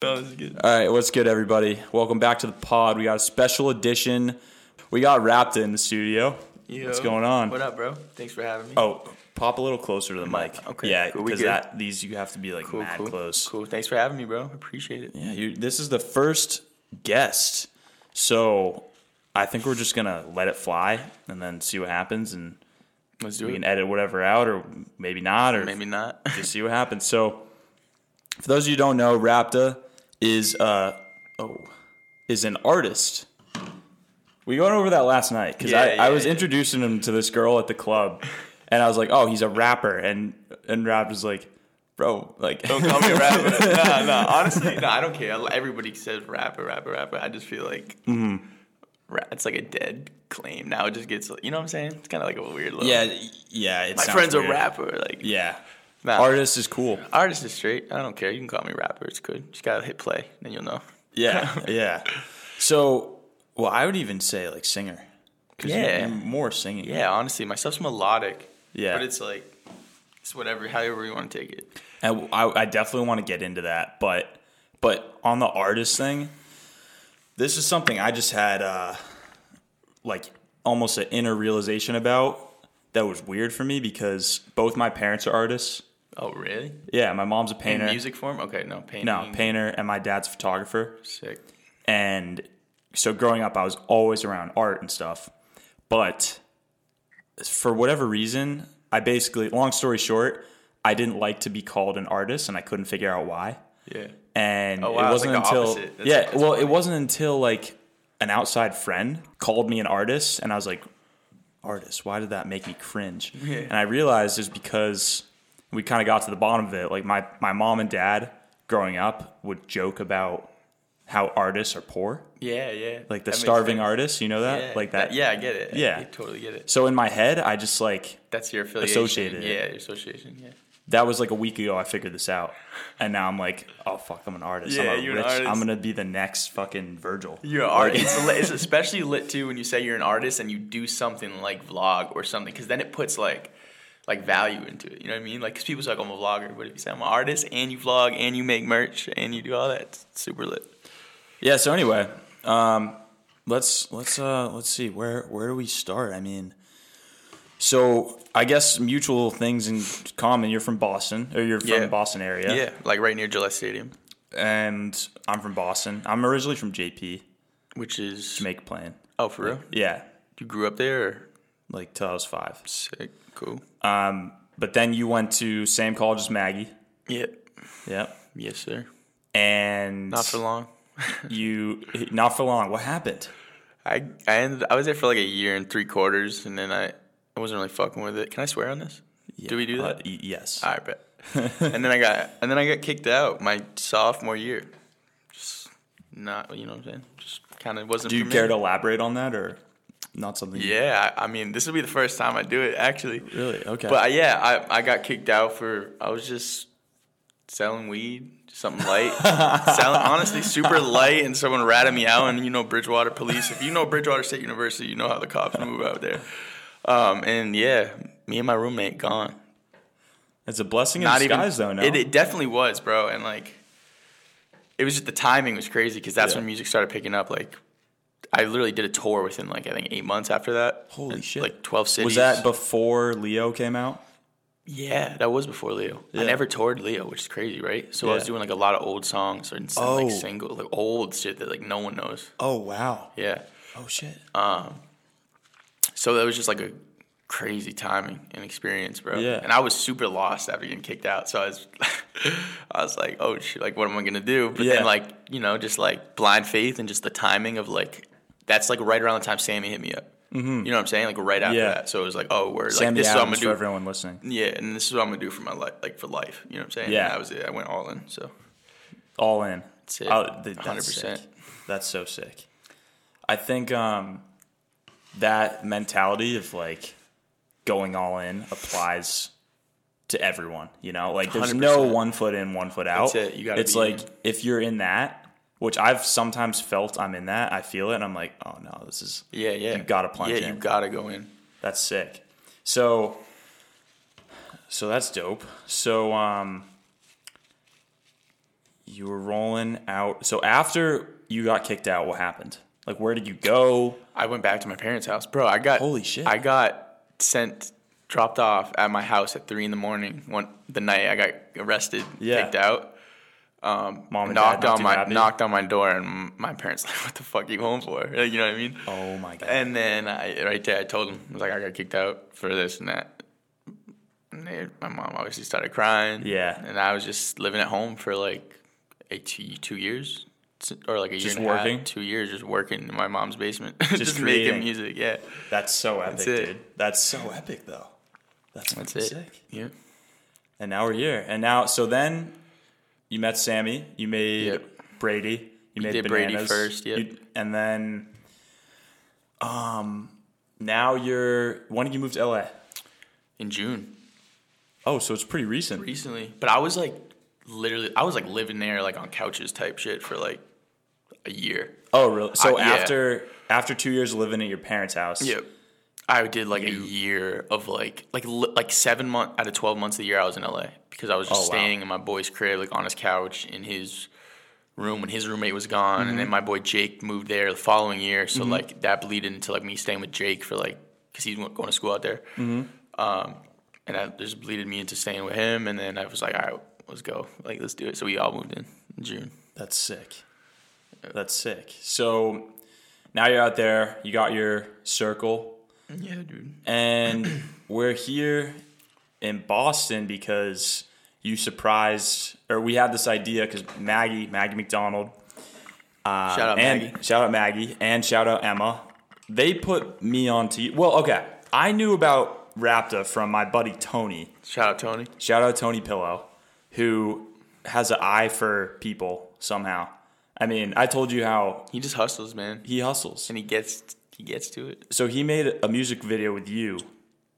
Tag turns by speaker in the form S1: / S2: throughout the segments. S1: That was good.
S2: All right, what's good, everybody? Welcome back to the pod. We got a special edition. We got Raptor in the studio. What's
S1: Yo.
S2: going on?
S1: What up, bro? Thanks for having me.
S2: Oh, pop a little closer to the mic.
S1: Okay,
S2: Yeah,
S1: cool, we
S2: because
S1: good?
S2: that these you have to be like
S1: cool,
S2: mad
S1: cool,
S2: close.
S1: Cool. Thanks for having me, bro. Appreciate it.
S2: Yeah, you, this is the first guest, so I think we're just gonna let it fly and then see what happens, and
S1: Let's do
S2: we can
S1: it.
S2: edit whatever out, or maybe not, or
S1: Maybe not.
S2: just see what happens. So, for those of you who don't know, Rapta is uh oh is an artist. We went over that last night because I,
S1: Yeah, yeah,
S2: I was
S1: yeah.
S2: introducing him to this girl at the club, and I was like, "Oh, he's a rapper," and and Rapta's like, "Bro, like,
S1: don't call me a rapper. no, no. Honestly, no. I don't care. Everybody says rapper, rapper, rapper. I just feel like
S2: Mm-hmm.
S1: ra- it's like a dead claim. Now it just gets. You know what I'm saying? It's kind of like a weird little.
S2: yeah, yeah." It
S1: My
S2: sounds
S1: friend's
S2: weird.
S1: a Ah. rapper. Like
S2: Yeah,
S1: nah.
S2: artist is cool.
S1: Artist is straight. I don't care. You can call me rapper. It's good. Just gotta hit play, then you'll know.
S2: Yeah, yeah. So, well, I would even say like singer. 'Cause you-
S1: Yeah.
S2: you're more singing.
S1: Yeah, honestly, my stuff's melodic.
S2: mm. Yeah.
S1: But it's like it's whatever, however you want to take it.
S2: And I, I definitely want to get into that, but but on the artist thing, this is something I just had uh, like almost an inner realization about that was weird for me because both my parents are artists.
S1: Oh, really?
S2: Yeah, my mom's a
S1: In
S2: painter.
S1: music form? Okay, no painting.
S2: No, painter, and my dad's a photographer.
S1: Sick.
S2: And so growing up, I was always around art and stuff. But for whatever reason, I basically, long story short, I didn't like to be called an artist, and I couldn't figure out why.
S1: Yeah.
S2: and
S1: Oh, wow,
S2: it
S1: it's like
S2: wasn't
S1: the
S2: until
S1: opposite. That's-
S2: yeah
S1: that's
S2: well it wasn't until like an outside friend called me an artist and i was like artist why did that make me cringe and i realized is because we kind of got to the bottom of it like my, my mom and dad growing up would joke about how artists are poor
S1: Yeah, yeah.
S2: like the
S1: That makes
S2: starving
S1: sense.
S2: artists you know that
S1: Yeah,
S2: like that
S1: Yeah, I get it. I-
S2: Yeah.
S1: I totally get it.
S2: so in my head i just like
S1: That's your affiliation.
S2: Associated.
S1: Yeah, your association. Yeah.
S2: that was like a week ago i figured this out and now i'm like oh fuck i'm an artist
S1: Yeah,
S2: i'm a
S1: you're an
S2: rich
S1: artist.
S2: i'm gonna be the next fucking virgil
S1: You're an artist. it's, lit, it's especially lit too when you say you're an artist and you do something like vlog or something, because then it puts like like value into it. You know what I mean? Like, because people say like, I'm a vlogger, but if you say I'm an artist and you vlog and you make merch and you do all that, it's super lit.
S2: Yeah. So anyway, um, let's let's uh, let's see where where do we start? I mean, so I guess mutual things in common. You're from Boston, or you're from
S1: Yeah.
S2: Boston area,
S1: Yeah. like right near Gillette Stadium,
S2: and I'm from Boston. I'm originally from JP,
S1: which is
S2: Jamaica Plain.
S1: oh for real.
S2: Yeah,
S1: You grew up there. Or?
S2: like till I was five. Um,
S1: Sick, cool.
S2: But then you went to same college as Maggie.
S1: Yep.
S2: Yep.
S1: Yes, sir.
S2: And
S1: Not for long.
S2: you not for long. What happened?
S1: I I ended. I was there for like a year and three quarters, and then I I wasn't really fucking with it. Can I swear on this? Do we do
S2: Uh,
S1: that?
S2: y- yes.
S1: I bet. and then I got and then I got kicked out my sophomore year. Just not you know what I'm saying? Just kind of wasn't.
S2: do you
S1: for
S2: care
S1: me.
S2: to elaborate on that, or not something? you-
S1: Yeah, I, I mean this will be the first time I do it actually.
S2: Really? Okay.
S1: But I, yeah, I I got kicked out for I was just selling weed. Something light, selling, honestly, super light, and someone ratted me out. And you know, Bridgewater police. If you know Bridgewater State University, you know how the cops move out there. Um, and yeah, me and my roommate gone.
S2: it's a blessing in disguise, though. No.
S1: It, it definitely was, bro. And like, it was just the timing was crazy because that's
S2: Yeah.
S1: when music started picking up. Like, I literally did a tour within like I think eight months after that.
S2: Holy
S1: And,
S2: shit.
S1: Like twelve cities.
S2: Was that before Leo came out?
S1: yeah, that was before Leo.
S2: Yeah.
S1: I never toured Leo, which is crazy, right? So I was
S2: Yeah.
S1: doing like a lot of old songs or and some,
S2: Oh.
S1: like single, like old shit that like no one knows.
S2: Oh wow!
S1: Yeah.
S2: Oh shit!
S1: Uh, So that was just like a crazy timing and experience, bro.
S2: Yeah.
S1: And I was super lost after getting kicked out. So I was I was like, oh shit, like what am I gonna do? But
S2: Yeah.
S1: then like, you know, just like blind faith and just the timing of like that's like right around the time Sammy hit me up. Mm-hmm. You know what I'm saying? Like right after
S2: Yeah.
S1: that. So it was like, oh, we're like
S2: Sammy
S1: this is what I'm
S2: Adams
S1: gonna
S2: for
S1: do.
S2: everyone listening.
S1: Yeah, and this is what I'm gonna do for my life, like for life. You know what I'm saying?
S2: Yeah.
S1: And that was it. I went all in. So
S2: All in.
S1: That's it.
S2: Oh, th- that's
S1: 100%.
S2: sick. That's so sick. I think um, that mentality of like going all in applies to everyone. You know, like there's no
S1: 100%.
S2: one foot in, one foot out.
S1: That's it. You gotta
S2: It's
S1: be
S2: like
S1: in.
S2: if you're in that, which I've sometimes felt I'm in that. I feel it, and I'm like, oh no, this is
S1: yeah, yeah.
S2: You gotta plunge
S1: Yeah, you
S2: in.
S1: gotta go in.
S2: That's sick. So so that's dope. So um you were rolling out. So after you got kicked out, what happened? Like, where did you go?
S1: I went back to my parents' house, bro. I got
S2: Holy shit.
S1: I got sent, dropped off at my house at three in the morning. One the night I got arrested,
S2: Yeah.
S1: kicked out,
S2: Mom and
S1: knocked
S2: dad not
S1: on
S2: too
S1: my
S2: happy?
S1: knocked on my door, and my parents like, "What the fuck you home for?" Like, you know what I mean?
S2: Oh my god.
S1: And then I right there, I told them I was like, "I got kicked out for this and that." And they, my mom obviously started crying.
S2: Yeah.
S1: and I was just living at home for like eight, two, two years. Or like a year
S2: Just
S1: and a half,
S2: working?
S1: two years, just working in my mom's basement, just,
S2: creating.
S1: making music. Yeah,
S2: That's so epic,
S1: it.
S2: dude. That's so epic, though. That's,
S1: that's
S2: fucking
S1: it.
S2: sick.
S1: Yeah.
S2: And now we're here. And now, so then you met Sammy. You made
S1: Yep.
S2: Brady. You made
S1: did Brady
S2: bananas.
S1: first, yep.
S2: You- and then, um, now you're. When did you move to LA?
S1: in June
S2: Oh, so it's pretty recent.
S1: recently. But I was like literally I was like living there like on couches type shit for like a year.
S2: oh, really? So
S1: I- Uh, yeah.
S2: after after two years of living at your parents' house,
S1: I did like a year of like like li- like 7 month out of 12 months of the year I was in LA because I was just
S2: Oh, wow.
S1: staying in my boy's crib like on his couch in his room when his roommate was gone and then my boy Jake moved there the following year so like that bleed into like me staying with Jake for like cuz he's going to school out there. Um and that just bleeded me into staying with him and then I was like all right let's go like let's do it so we all moved in in June.
S2: that's sick. That's sick. So now you're out there. You got your circle.
S1: Yeah, dude.
S2: and we're here in Boston because you surprised, or we had this idea because Maggie, Maggie McDonald, uh,
S1: Shout out
S2: and
S1: Maggie.
S2: shout out Maggie, and shout out Emma. They put me on to you. Well, okay, I knew about Rapta from my buddy Tony.
S1: Shout out Tony.
S2: Shout out Tony Pillow, who has an eye for people somehow. I mean, I told you how
S1: He just hustles, man.
S2: he hustles.
S1: And he gets he gets to it.
S2: So he made a music video with you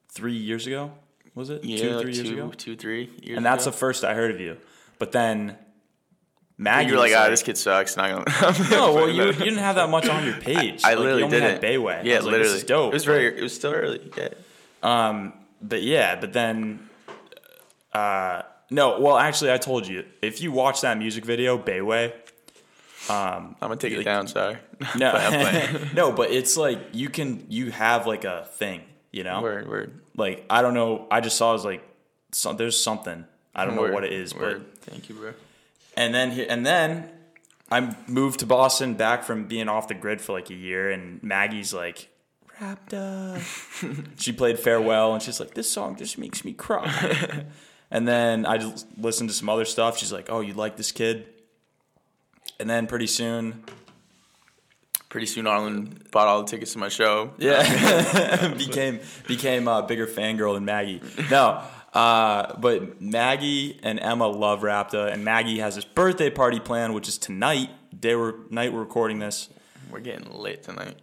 S2: three years ago. Was it two,
S1: like
S2: three years ago?
S1: two, three years
S2: And that's the
S1: ago.
S2: first I heard of you. But then Maggie,
S1: you're like,
S2: was
S1: ah, this kid sucks. Not gonna.
S2: No, well, you, you didn't have that much on your page.
S1: I
S2: Like,
S1: literally
S2: you only
S1: did
S2: had
S1: it.
S2: Bayway.
S1: Yeah,
S2: I was like,
S1: literally.
S2: This is dope.
S1: It was very. It was still early. Yeah.
S2: but yeah, but then, uh, no. Well, actually, I told you if you watch that music video, Bayway.
S1: I'm gonna take it down. Sorry.
S2: No,
S1: I'm
S2: no, but it's like you can you have like a thing, you know.
S1: word, word.
S2: Like I don't know. I just saw it was like some, there's something. I don't
S1: word,
S2: know what it is, but
S1: Word. Thank you, bro.
S2: and then he- and then I moved to Boston back from being off the grid for like a year, and Maggie's like wrapped up. she played farewell, and she's like, "This song just makes me cry." and then I just listened to some other stuff. She's like, "Oh, you like this kid?" And then pretty soon,
S1: Pretty soon, Arlen bought all the tickets to my show.
S2: yeah, became became a bigger fangirl than Maggie. No, uh, but Maggie and Emma love Rapta, and Maggie has this birthday party planned, which is tonight. Day we're night we're recording this.
S1: We're getting lit tonight.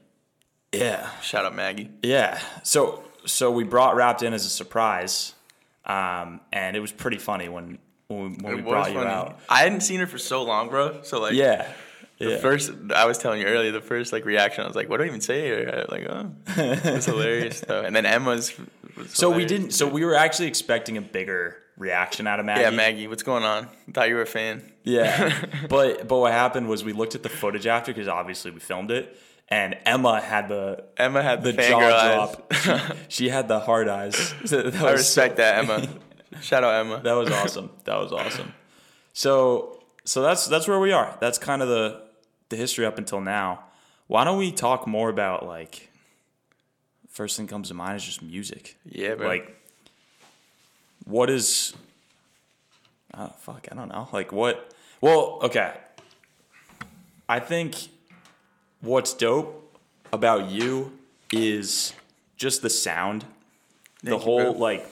S2: Yeah,
S1: Shout out Maggie.
S2: yeah. So so we brought Rapta in as a surprise, um, and it was pretty funny when when, when we
S1: It was
S2: brought you
S1: funny.
S2: out.
S1: I hadn't seen her for so long, bro. So like,
S2: Yeah, yeah.
S1: First, I was telling you earlier, the first like reaction, I was like, "What do I even say?" Here? Like, oh, it's hilarious though. And then Emma's. was
S2: so we
S1: hilarious.
S2: didn't. So we were actually expecting a bigger reaction out of Maggie.
S1: Yeah, Maggie, what's going on? Thought you were a fan.
S2: Yeah, but but what happened was we looked at the footage after because obviously we filmed it, and Emma had the
S1: Emma had
S2: the
S1: the,
S2: jaw
S1: fangirl eyes.
S2: drop. She, she had the hard eyes. So that
S1: I
S2: was-
S1: respect that, Emma. Shout out Emma.
S2: that was awesome. That was awesome. So so that's that's where we are. That's kind of the the history up until now. Why don't we talk more about like first thing comes to mind is just music.
S1: yeah, bro.
S2: Like what is oh fuck, I don't know. Like what well, okay. I think what's dope about you is just the sound. the
S1: Thank you,
S2: whole
S1: bro.
S2: like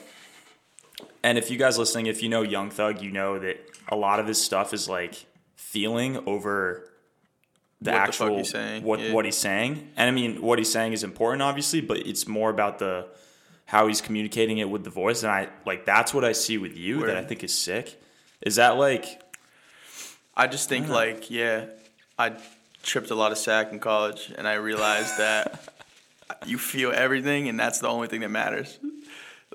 S2: and if you guys listening, if you know Young Thug, you know that a lot of his stuff is like feeling over the
S1: What the fuck
S2: actual
S1: he's saying,
S2: what
S1: yeah.
S2: what he's saying. And I mean, what he's saying is important, obviously, but it's more about the how he's communicating it with the voice. And I like that's what I see with you that I
S1: Word.
S2: think is sick. Is that like
S1: I just think like yeah, I tripped a lot of sack in college, and I realized that you feel everything, and that's the only thing that matters.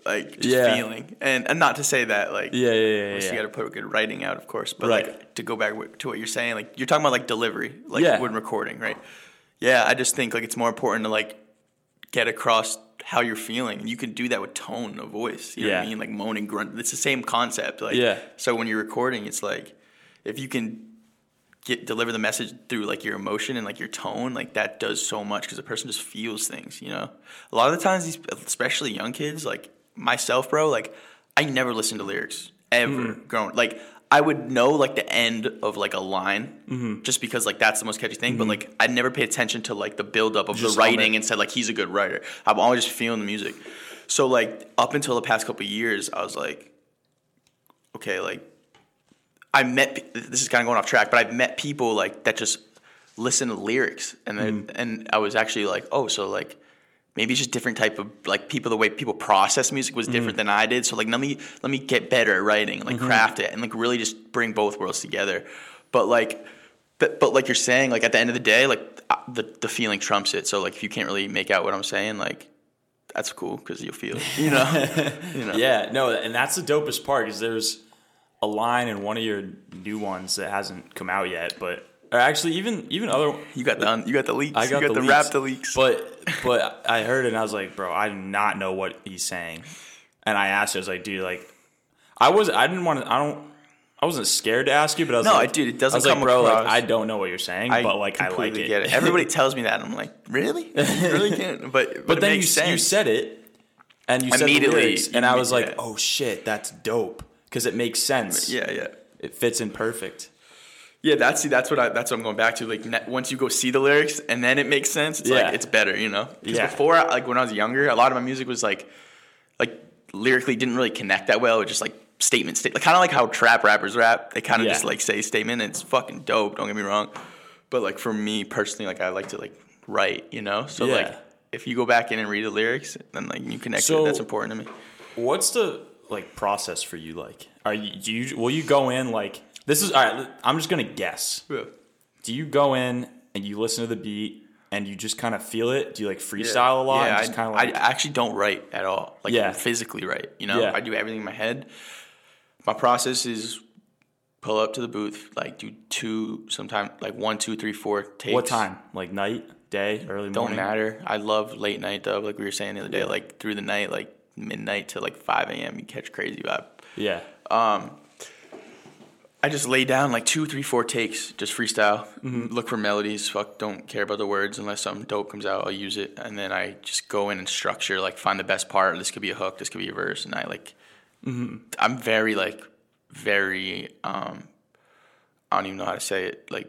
S1: like just
S2: Yeah.
S1: feeling. And and not to say that like
S2: Yeah, yeah, yeah, yeah,
S1: obviously
S2: yeah.
S1: you got to put good writing out, of course. But
S2: Right.
S1: like to go back wi- to what you're saying, like you're talking about like delivery, like
S2: Yeah.
S1: when recording, right? Yeah, I just think like it's more important to like get across how you're feeling, and you can do that with tone of voice. You know what
S2: Yeah.
S1: I mean? Like moan and grunt. It's the same concept. Like
S2: Yeah.
S1: So when you're recording, it's like if you can get deliver the message through like your emotion and like your tone like that does so much because the person just feels things you know a lot of the times these especially young kids like myself bro like i never listened to lyrics ever
S2: Mm-hmm.
S1: grown like i would know like the end of like a line
S2: Mm-hmm.
S1: just because like that's the most catchy thing but like i never paid attention to like the buildup of
S2: Just
S1: the
S2: on it.
S1: writing and said like he's a good writer i'm always just feeling the music so like up until the past couple of years i was like okay, like I met pe- this is kind of going off track, but I've met people like that just listen to lyrics and then
S2: Mm-hmm.
S1: and I was actually like, oh, so like maybe it's just different type of like people the way people process music was
S2: Mm.
S1: different than I did. So like let me let me get better at writing and like
S2: Mm-hmm.
S1: craft it and like really just bring both worlds together. But like but, but like you're saying like at the end of the day like uh, the the feeling trumps it. So like if you can't really make out what I'm saying like that's cool because you'll feel it. You know, you know.
S2: Yeah, no, and that's the dopest part is there's a line in one of your new ones that hasn't come out yet, but or actually even even other
S1: You got the un- you got the leaks.
S2: I got,
S1: you got
S2: the,
S1: the,
S2: leaks,
S1: rap the leaks.
S2: But but I heard it and I was like, bro, I do not know what he's saying. And I asked, you, I was like, dude, like I was I didn't want to I don't I wasn't scared to ask you, but I was
S1: No,
S2: like,
S1: dude, it doesn't
S2: I was like,
S1: come
S2: bro, like
S1: across-
S2: I don't know what you're saying, but like I like
S1: completely
S2: it.
S1: Get it. Everybody tells me that. and I'm like, really? You really can't. But but,
S2: but
S1: it
S2: then you
S1: makes
S2: you
S1: sense.
S2: said it, and you said the
S1: Immediately,
S2: lyrics,
S1: you
S2: and I
S1: made-
S2: was like,
S1: yeah.
S2: oh shit, that's dope because it makes sense.
S1: yeah, yeah,
S2: it fits in perfect.
S1: yeah. That's see, that's what I that's what I'm going back to. Like ne- once you go see the lyrics and then it makes sense. It's
S2: Yeah.
S1: like it's better, you know. 'Cause
S2: Yeah.
S1: Before, I- like when I was younger, a lot of my music was like, like lyrically didn't really connect that well. It was just like statement, state, like kind of like how trap rappers rap. They kind of
S2: Yeah.
S1: just like say statement, and it's fucking dope. Don't get me wrong. But like for me personally, like I like to like write, you know. So
S2: Yeah.
S1: like. If you go back in and read the lyrics, then like you connect
S2: So-
S1: it. That's important to me.
S2: What's the like process for you? Like, are you, do you will you go in like this is all right? I'm just gonna guess. Do you go in and you listen to the beat and you just kind of feel it? Do you like freestyle a lot?
S1: Yeah,
S2: and
S1: I,
S2: just kind of
S1: I
S2: like
S1: actually don't write at all. Like
S2: Yeah.
S1: physically write. You know,
S2: Yeah.
S1: I do everything in my head. My process is pull up to the booth, like do two, sometimes like one, two, three, four takes.
S2: what time? Like night, day, early
S1: Don't
S2: morning.
S1: matter. I love late night though. Like we were saying the other day, like through the night, like midnight to like five a.m. You catch crazy vibe.
S2: Yeah,
S1: I just lay down like two, three, four takes, just freestyle. Look for melodies. Fuck, don't care about the words unless something dope comes out. I'll use it, and then I just go in and structure, like find the best part. This could be a hook. This could be a verse, and I like. I'm very like, very. um I don't even know how to say it. Like,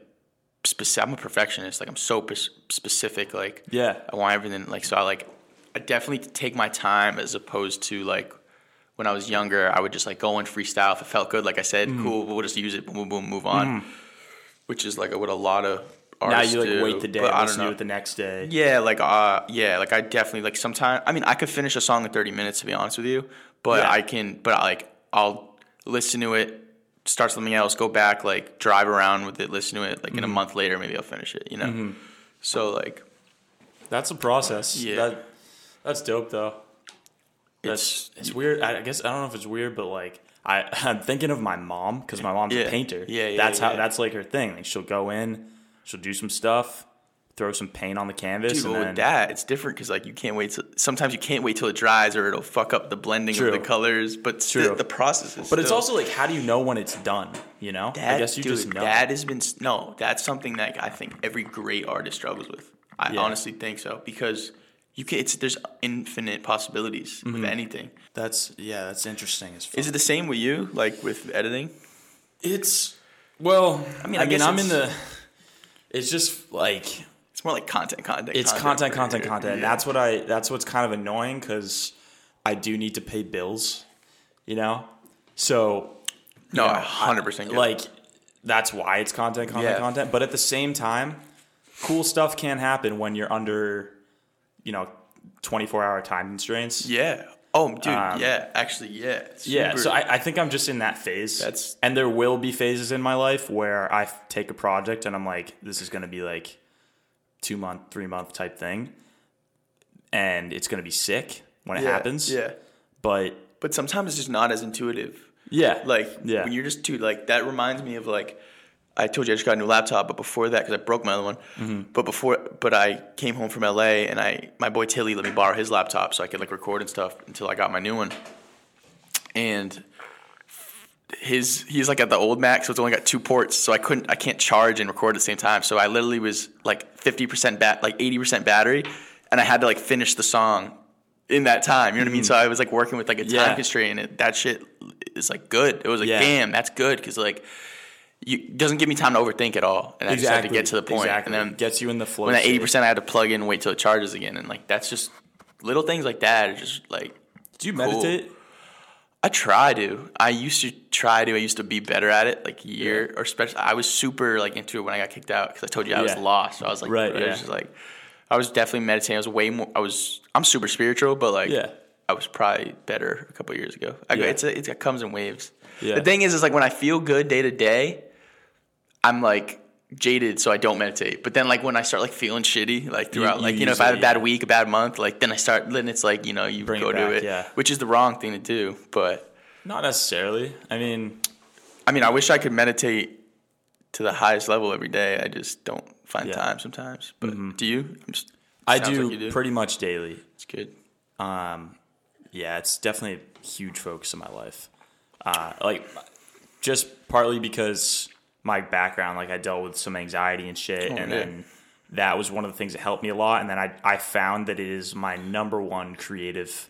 S1: specific. I'm a perfectionist. Like, I'm so pers- specific. Like,
S2: Yeah.
S1: I want everything. Like, so I like. I definitely take my time as opposed to like when I was younger, I would just like go and freestyle. If it felt good, like I said,
S2: Mm-hmm.
S1: cool, we'll just use it, boom, boom, boom, move on. Which is like what a lot of
S2: now
S1: artists
S2: you like
S1: do,
S2: wait the day,
S1: but I don't
S2: listen to
S1: know.
S2: it the next day.
S1: yeah, like uh, yeah, like I definitely like sometimes. I mean, I could finish a song in thirty minutes to be honest with you, but
S2: Yeah.
S1: I can. But like I'll listen to it, start something else, go back, like drive around with it, listen to it. Like
S2: Mm-hmm.
S1: in a month later, maybe I'll finish it. You know. So like
S2: That's a process.
S1: Yeah.
S2: That, that's dope though.
S1: it's
S2: That's it's, weird. I I guess I don't know if it's weird, but like I I'm thinking of my mom because my mom's a
S1: Yeah.
S2: painter.
S1: Yeah, yeah,
S2: That's how
S1: yeah.
S2: that's like her thing. Like she'll go in, she'll do some stuff, throw some paint on the canvas,
S1: Dude,
S2: and
S1: but
S2: then
S1: with that, it's different because like you can't wait. Till, sometimes you can't wait till it dries, or it'll fuck up the blending
S2: True.
S1: of the colors. But sti-
S2: True.
S1: the process is.
S2: But it's also like, how do you know when it's done? You know,
S1: That,
S2: I guess you
S1: dude,
S2: just know.
S1: That has been s- no. That's something that I think every great artist struggles with. I
S2: Yeah.
S1: honestly think so because you can. It's there's infinite possibilities
S2: Mm-hmm.
S1: with anything.
S2: that's yeah, that's interesting as fuck.
S1: Is it the same with you? Like with editing?
S2: it's well, I mean,
S1: mean,
S2: I,
S1: I
S2: mean,
S1: guess
S2: I'm in
S1: it's-
S2: the. It's just like
S1: It's more like content, content.
S2: it's content, content, content. And
S1: Yeah.
S2: That's what I. That's what's kind of annoying because I do need to pay bills, you know. So
S1: no, hundred percent.
S2: like that's why it's content, content,
S1: Yeah.
S2: content. But at the same time, cool stuff can happen when you're under, you know, 24 hour time constraints.
S1: yeah. Oh, dude.
S2: Um,
S1: yeah. Actually, yeah.
S2: Yeah, so
S1: Super-
S2: I, I think I'm just in that phase.
S1: That's-
S2: and there will be phases in my life where I f- take a project and I'm like, this is going to be like two month, three month type thing, and it's going to be sick when it
S1: yeah,
S2: happens.
S1: Yeah.
S2: But
S1: But sometimes it's just not as intuitive.
S2: yeah,
S1: Like
S2: yeah,
S1: when you're just too like that reminds me of like I told you I just got a new laptop, but before that because I broke my other one.
S2: Mm-hmm.
S1: But before, but I came home from LA and I my boy Tilly let me borrow his laptop so I could like record and stuff until I got my new one. And his he's like at the old Mac, so it's only got two ports, so I couldn't I can't charge and record at the same time. So I literally was like fifty percent bat like eighty percent battery, and I had to like finish the song in that time. You know what I mean? So I was like working with like a time
S2: Mm-hmm. Yeah.
S1: constraint, and it, that shit is like good. It was like
S2: Yeah.
S1: damn, that's good because like you it doesn't give me time to overthink at all, and I just have to get to the point.
S2: Exactly,
S1: And then
S2: gets you in the flow.
S1: when that eighty
S2: state.
S1: percent, I had to plug in, and wait till it charges again, and like that's just little things like that are just like
S2: Do you meditate?
S1: I try to. I used to try to. I used to be better at it, like year or especially. I was super like into it when I got kicked out because I told you I was
S2: Yeah.
S1: lost. So I was like,
S2: Right,
S1: I
S2: yeah.
S1: was just like, I was definitely meditating. I was way more. I was. I'm super spiritual, but like,
S2: Yeah.
S1: I was probably better a couple years ago. I, go
S2: Yeah.
S1: It's a, it's, it comes in waves.
S2: Yeah.
S1: The thing is, is like when I feel good day to day, I'm like jaded, so I don't meditate. But then like when I start like feeling shitty, like throughout,
S2: you
S1: like you know,
S2: use
S1: if I
S2: it,
S1: have a bad
S2: yeah.
S1: week, a bad month, like then I start. Then it's like you know, you
S2: Bring it
S1: go
S2: back,
S1: to it,
S2: yeah.
S1: which is the wrong thing to do, but.
S2: Not necessarily. I mean,
S1: I mean, I wish I could meditate to the highest level every day. I just don't find
S2: Yeah.
S1: time sometimes. But do you? I'm just,
S2: I
S1: sounds
S2: do,
S1: like you do.
S2: pretty much daily.
S1: It's good.
S2: Yeah, it's definitely a huge focus in my life. Uh, like, just partly because my background, like I dealt with some anxiety and shit, and
S1: Oh, yeah.
S2: then that was one of the things that helped me a lot. And then I I found that it is my number one creative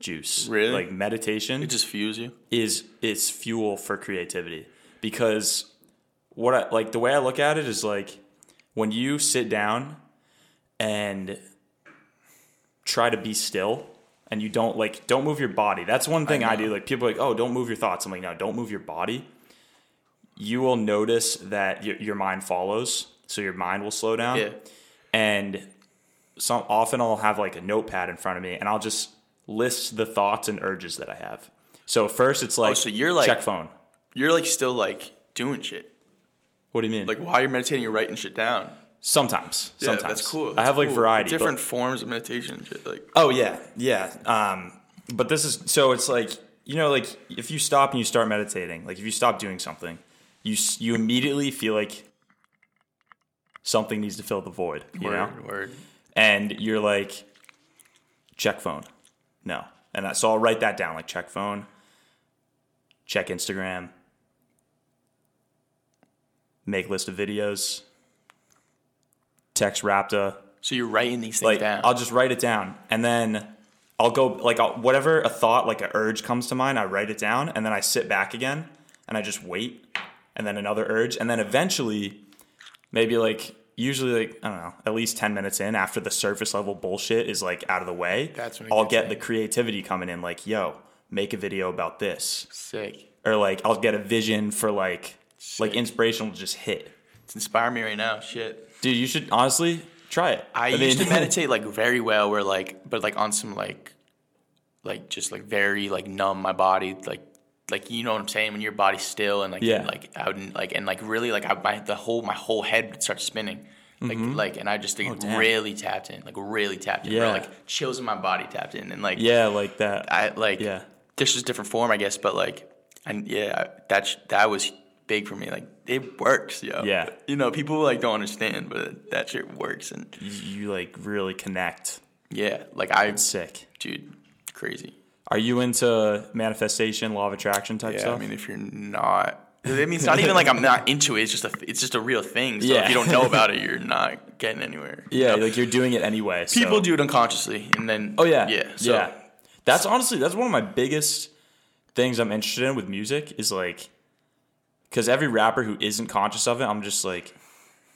S2: juice.
S1: Really?
S2: like meditation.
S1: It just fuels you.
S2: is it's fuel for creativity because what I like the way I look at it is like when you sit down and try to be still and you don't like don't move your body. That's one thing I, do. Like people are like, "Oh, don't move your thoughts." I'm like, "No, don't move your body." You will notice that your, your mind follows, so your mind will slow down
S1: Yeah.
S2: and some often I'll have like a notepad in front of me and I'll just list the thoughts and urges that I have. So first it's like,
S1: Oh, so you're, like-
S2: check phone.
S1: You're like still like doing shit.
S2: What do you mean?
S1: Like while you're meditating, you're writing shit down.
S2: sometimes,
S1: Yeah,
S2: sometimes
S1: that's cool.
S2: I
S1: That's
S2: have like
S1: cool.
S2: variety. but-
S1: different forms of meditation. and Shit. Like
S2: oh yeah, yeah. Um, but this is so it's like you know like if you stop and you start meditating, like if you stop doing something, you s- you immediately feel like something needs to fill the void. You know,
S1: word, word.
S2: and you're like, check phone. No. And I, so I'll write that down like check phone, check Instagram, make list of videos, text Rapta.
S1: So you're writing these things
S2: Like,
S1: down.
S2: I'll just write it down. And then I'll go, like, I'll, whatever a thought, like, a urge comes to mind, I write it down. And then I sit back again and I just wait. And then another urge. And then eventually, maybe like usually like I don't know, at least ten minutes in after the surface level bullshit is like out of the way.
S1: That's when it
S2: I'll
S1: gets
S2: get the creativity coming in. Like, yo, make a video about this,
S1: Sick.
S2: or like I'll get a vision for like like inspirational just hit.
S1: It's inspiring me right now. Shit.
S2: Dude, you should honestly try it.
S1: I,
S2: mean-
S1: used to meditate like very well, where like, but like on some like, like just like very like numb my body, like like you know what I'm saying when your body's still and like
S2: Yeah.
S1: like out and like and like really like I, my the whole my whole head would start spinning. Like, like, and I just like,
S2: Mm-hmm. Oh, damn.
S1: really tapped in, like really tapped in, bro.
S2: Yeah.
S1: like chills in my body tapped in, and like,
S2: yeah, like that.
S1: I like,
S2: Yeah.
S1: this is different form, I guess, but like, and yeah, I, that sh- that was big for me. Like, it works, yo.
S2: Yeah.
S1: you know, people like don't understand, but that shit works, and
S2: you, you like really connect.
S1: yeah, like I,
S2: Sick.
S1: dude, crazy.
S2: Are you into manifestation, law of attraction type
S1: Yeah,
S2: stuff?
S1: I mean, if you're not, I mean, it's not even like I'm not into it. It's just a, it's just a real thing. So
S2: Yeah.
S1: if you don't know about it, you're not getting anywhere. you
S2: yeah,
S1: know?
S2: like you're doing it anyway. so-
S1: people do it unconsciously, and then
S2: Oh yeah,
S1: yeah, so
S2: yeah. That's honestly that's one of my biggest things I'm interested in with music is like, because every rapper who isn't conscious of it, I'm just like,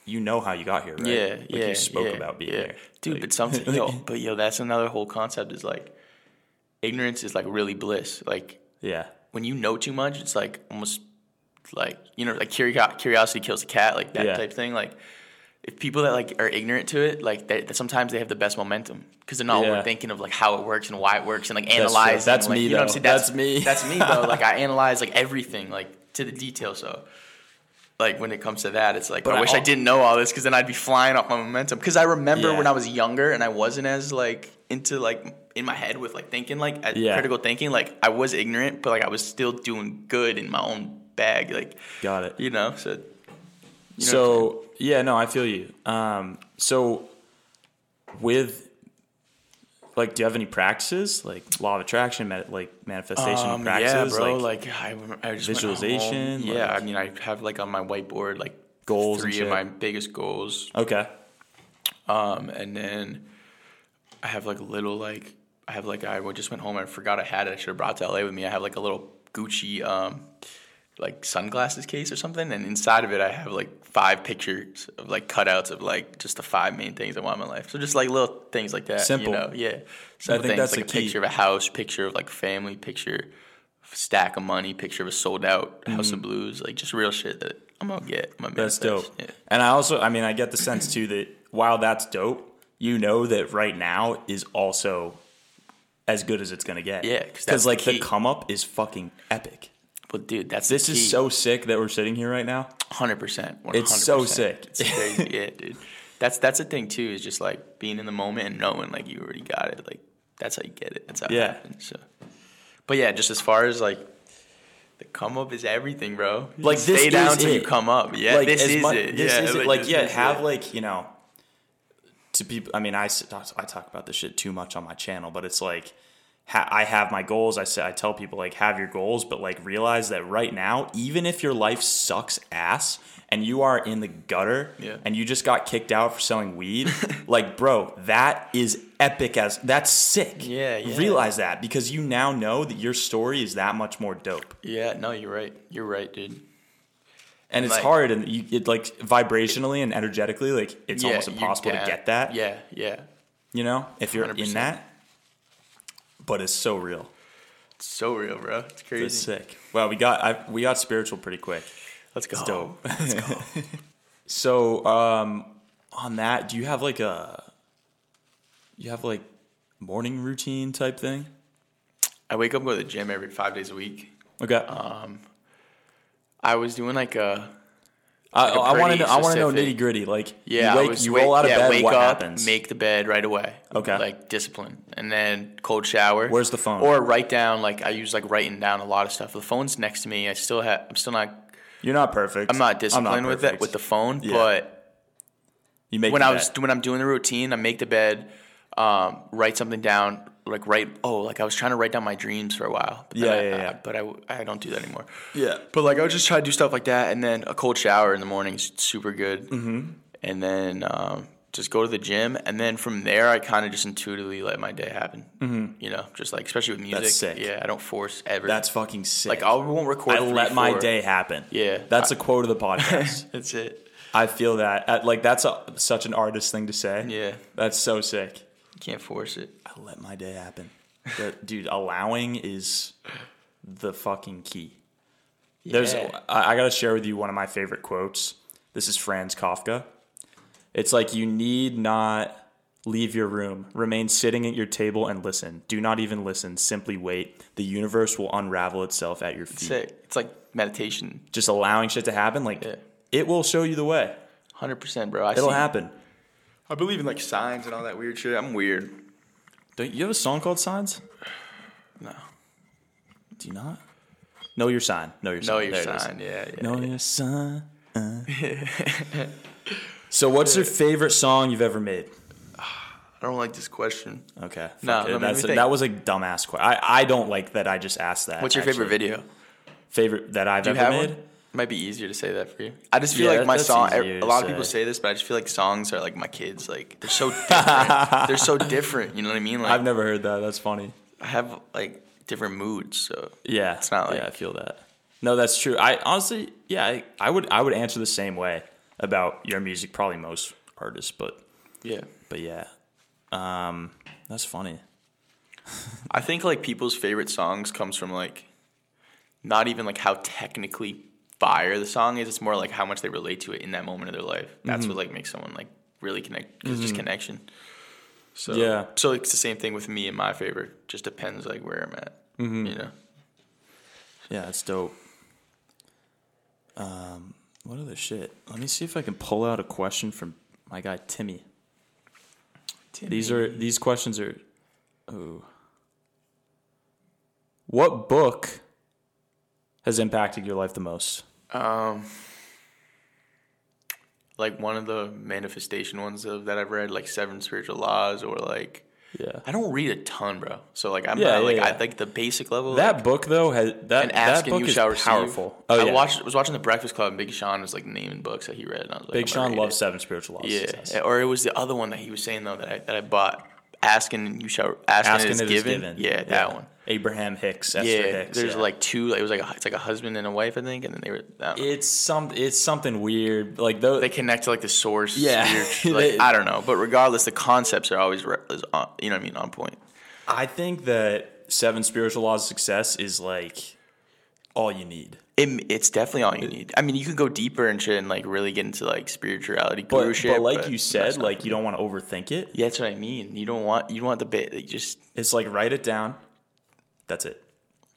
S2: you know how you got here, right?
S1: yeah,
S2: like
S1: yeah,
S2: you spoke
S1: yeah,
S2: about being
S1: yeah.
S2: here,
S1: dude.
S2: Like-
S1: but something, yo, but yo, that's another whole concept. Is like ignorance is like really bliss. Like
S2: yeah,
S1: when you know too much, it's like almost like you know, like curio- curiosity kills the cat, like that
S2: Yeah.
S1: type thing. Like if people that like are ignorant to it, like they, that sometimes they have the best momentum because they're not
S2: Yeah.
S1: thinking of like how it works and why it works and like
S2: true.
S1: analyze.
S2: That's
S1: like,
S2: me,
S1: You know what I'm saying?
S2: though. That's me.
S1: That's me though. Like I analyze like everything like to the detail. So like when it comes to that, it's like
S2: But
S1: I,
S2: I
S1: wish I
S2: al-
S1: didn't know all this because then I'd be flying off my momentum. Because I remember
S2: Yeah.
S1: when I was younger and I wasn't as like into like in my head with like thinking like at
S2: Yeah.
S1: critical thinking. Like I was ignorant, but like I was still doing good in my own bag. Like
S2: Got it.
S1: you know, so you know what I'm
S2: so yeah, no, I feel you. Um, so with like, do you have any practices like law of attraction, med- like manifestation
S1: Um,
S2: practices,
S1: yeah, bro.
S2: like,
S1: Like, I, remember, I just went home.
S2: visualization,
S1: Yeah,
S2: like-
S1: I mean, I have like on my whiteboard like
S2: Goals and
S1: three of
S2: shit.
S1: my biggest goals,
S2: okay,
S1: um, and then I have like a little like I have like I just went home. I forgot I had it. I should have brought it to LA with me. I have like a little Gucci um, like sunglasses case or something, and inside of it I have like five pictures of like cutouts of like just the five main things I want in my life. So just like little things like that.
S2: Simple.
S1: You know? Yeah. Simple
S2: think
S1: things
S2: that's
S1: like
S2: the
S1: a
S2: key.
S1: picture of a house, picture of like family, picture of a stack of money, picture of a sold out house of blues, like just real shit that I'm gonna get. I'm gonna
S2: Mm-hmm. that's
S1: manifest.
S2: dope.
S1: Yeah.
S2: And I also, I mean, I get the sense too that while that's dope, you know that right now is also as good as it's gonna get.
S1: Yeah, 'cause that's
S2: because
S1: the
S2: like the,
S1: key.
S2: come up is fucking epic.
S1: Well, dude, that's
S2: This is so sick that we're sitting here right now.
S1: Hundred percent.
S2: It's so sick.
S1: It's crazy. yeah, dude. That's that's the thing too. Is just like being in the moment and knowing like you already got it. Like that's how you get it. That's how
S2: Yeah.
S1: it happens. So, but yeah, just as far as like the come up is everything, bro. You
S2: Like,
S1: just
S2: this
S1: stay down
S2: is
S1: till you
S2: it.
S1: come up. Yeah, this
S2: as
S1: is
S2: mu-
S1: it.
S2: This
S1: yeah,
S2: is it. Like,
S1: this
S2: yeah,
S1: is
S2: have
S1: it.
S2: like you know, to people. I mean, I s- I talk about this shit too much on my channel, but it's like ha- I have my goals. I say I tell people like have your goals, but like realize that right now, even if your life sucks ass and you are in the gutter
S1: Yeah.
S2: and you just got kicked out for selling weed, like bro, that is epic as that's sick.
S1: Yeah, yeah.
S2: Realize that because you now know that your story is that much more dope.
S1: yeah. No, you're right. You're right, dude.
S2: and it's
S1: Like-
S2: hard and you it like vibrationally and energetically like it's
S1: yeah,
S2: almost
S1: you
S2: impossible to
S1: down.
S2: get that
S1: Yeah, yeah.
S2: you know if you're in
S1: 100%.
S2: that but it's so real
S1: It's so real, bro. It's crazy.
S2: it's sick well we got I, we got spiritual pretty quick
S1: Let's go.
S2: it's dope so um on that do you have like a you have like morning routine type thing
S1: I wake up, and go to the gym every five days a week.
S2: okay
S1: Uh, I was doing like a
S2: I,
S1: like a
S2: I want to
S1: pretty
S2: know i want to know
S1: specific-
S2: nitty gritty like
S1: Yeah,
S2: you,
S1: I
S2: wake,
S1: was
S2: you
S1: wake-
S2: roll out of
S1: yeah,
S2: bed
S1: Wake
S2: what
S1: up,
S2: happens
S1: Make the bed right away.
S2: Okay.
S1: like discipline, and then cold shower.
S2: Where's the phone?
S1: Or write down. Like I use like writing down a lot of stuff. The phone's next to me. I still have. I'm still not.
S2: you're not perfect
S1: I'm not disciplined with that
S2: perfect.
S1: with the phone. But
S2: you make
S1: when
S2: the
S1: I
S2: bed.
S1: was when I'm doing the routine, I make the bed, um, write something down. Like write. Oh, like I was trying to write down my dreams for a while. But then
S2: Yeah,
S1: I-
S2: yeah, yeah.
S1: I- but I I don't do that anymore.
S2: yeah
S1: But like I would just try to do stuff like that, and then a cold shower in the morning is super good. Mm-hmm. And then um, just go to the gym, and then from there I kind of just intuitively let my day happen. Mm-hmm. You know, just like especially with music.
S2: sick.
S1: Yeah, I don't force ever.
S2: That's fucking sick.
S1: like I won't record.
S2: I
S1: three,
S2: let my
S1: four.
S2: day happen.
S1: Yeah.
S2: that's a quote of the podcast.
S1: That's it.
S2: I feel that. Uh, Like that's a, such an artist thing to say.
S1: Yeah,
S2: that's so sick.
S1: you can't force it.
S2: I let my day happen. That- dude, allowing is the fucking key. There's,
S1: Yeah.
S2: I, I gotta share with you one of my favorite quotes. This is Franz Kafka. It's like you need not leave your room, remain sitting at your table and listen. Do not even listen. Simply wait. The universe will unravel itself at your feet.
S1: Sick. It's like meditation.
S2: just allowing shit to happen, like
S1: Yeah.
S2: it will show you the way.
S1: Hundred percent, bro. I
S2: It'll
S1: see-
S2: happen.
S1: I believe in like signs and all that weird shit. I'm weird.
S2: Don't you have a song called Signs?
S1: No.
S2: Do you not? Know your sign. Know your sign.
S1: Know your
S2: There it is.
S1: sign. Yeah, yeah.
S2: Know your sign. uh. so, what's your favorite song you've ever made?
S1: I don't like this question.
S2: Okay, fuck
S1: No,
S2: it.
S1: let me
S2: That's
S1: think.
S2: that was a dumbass question. I, I don't like that. I just asked that.
S1: What's your favorite
S2: actually.
S1: video?
S2: Favorite that I've
S1: Do you
S2: ever
S1: have
S2: made?
S1: one? Might be easier to say that for you. I just feel
S2: Yeah,
S1: like my
S2: that's
S1: song. e,
S2: easier
S1: A
S2: to
S1: lot of people
S2: say.
S1: say this, but I just feel like songs are like my kids. Like they're so different. they're so different. You know what I mean? Like
S2: I've never heard that. That's funny.
S1: I have like different moods. So
S2: Yeah,
S1: It's not like-
S2: yeah, I feel that. No, that's true. I honestly, yeah, I, I would I would answer the same way about your music. Probably most artists, but
S1: yeah,
S2: but yeah, um, that's funny.
S1: I think like people's favorite songs comes from like not even like how technically fire the song is. It's more like how much they relate to it in that moment of their life. That's
S2: Mm-hmm.
S1: what like makes someone like really connect. Cause it's just connection. So
S2: Yeah.
S1: So it's the same thing with me and my favorite. Just depends like where I'm at.
S2: Mm-hmm.
S1: You know.
S2: Yeah, that's dope. Um, What other shit? Let me see if I can pull out a question from my guy Timmy. These are these questions are. Oh. What book has impacted your life the most?
S1: Um, like one of the manifestation ones of that I've read, like Seven Spiritual Laws, or like
S2: Yeah.
S1: I don't read a ton, bro. So like I'm
S2: Yeah,
S1: not,
S2: yeah,
S1: like
S2: yeah.
S1: I like the basic level.
S2: That
S1: like,
S2: book though has that
S1: and ask and
S2: that book
S1: you
S2: is
S1: shall receive.
S2: powerful. Oh yeah.
S1: I watched was watching the Breakfast Club. and Big Sean was like naming books that he read, and I was like,
S2: Big
S1: I'm gonna
S2: Sean
S1: read
S2: loves
S1: it.
S2: Seven Spiritual Laws.
S1: Yeah,
S2: Yes.
S1: or it was the other one that he was saying though that I that I bought. Asking and you shall ask,
S2: Ask
S1: and
S2: and
S1: it is
S2: It Is
S1: given. Yeah, that one.
S2: Abraham Hicks. Esther
S1: Yeah,
S2: Hicks.
S1: there's
S2: yeah.
S1: like two. It was like a, it's like a husband and a wife, I think, and then they were. I don't know.
S2: it's some it's something weird. Like though
S1: they connect to like the source.
S2: Yeah.
S1: spiritual-
S2: They-
S1: like, I don't know, but regardless, the concepts are always re- is on, you know what I mean on point.
S2: I think that Seven Spiritual Laws of Success is like all you need.
S1: It, it's definitely all you need. I mean, you could go deeper and shit and like really get into like spirituality,
S2: But,
S1: guru shit.
S2: but like you
S1: that's
S2: said,
S1: not-
S2: like you don't want to overthink it.
S1: yeah, that's what I mean. You don't want you don't want the bit. Like, just
S2: It's like write it down. That's it.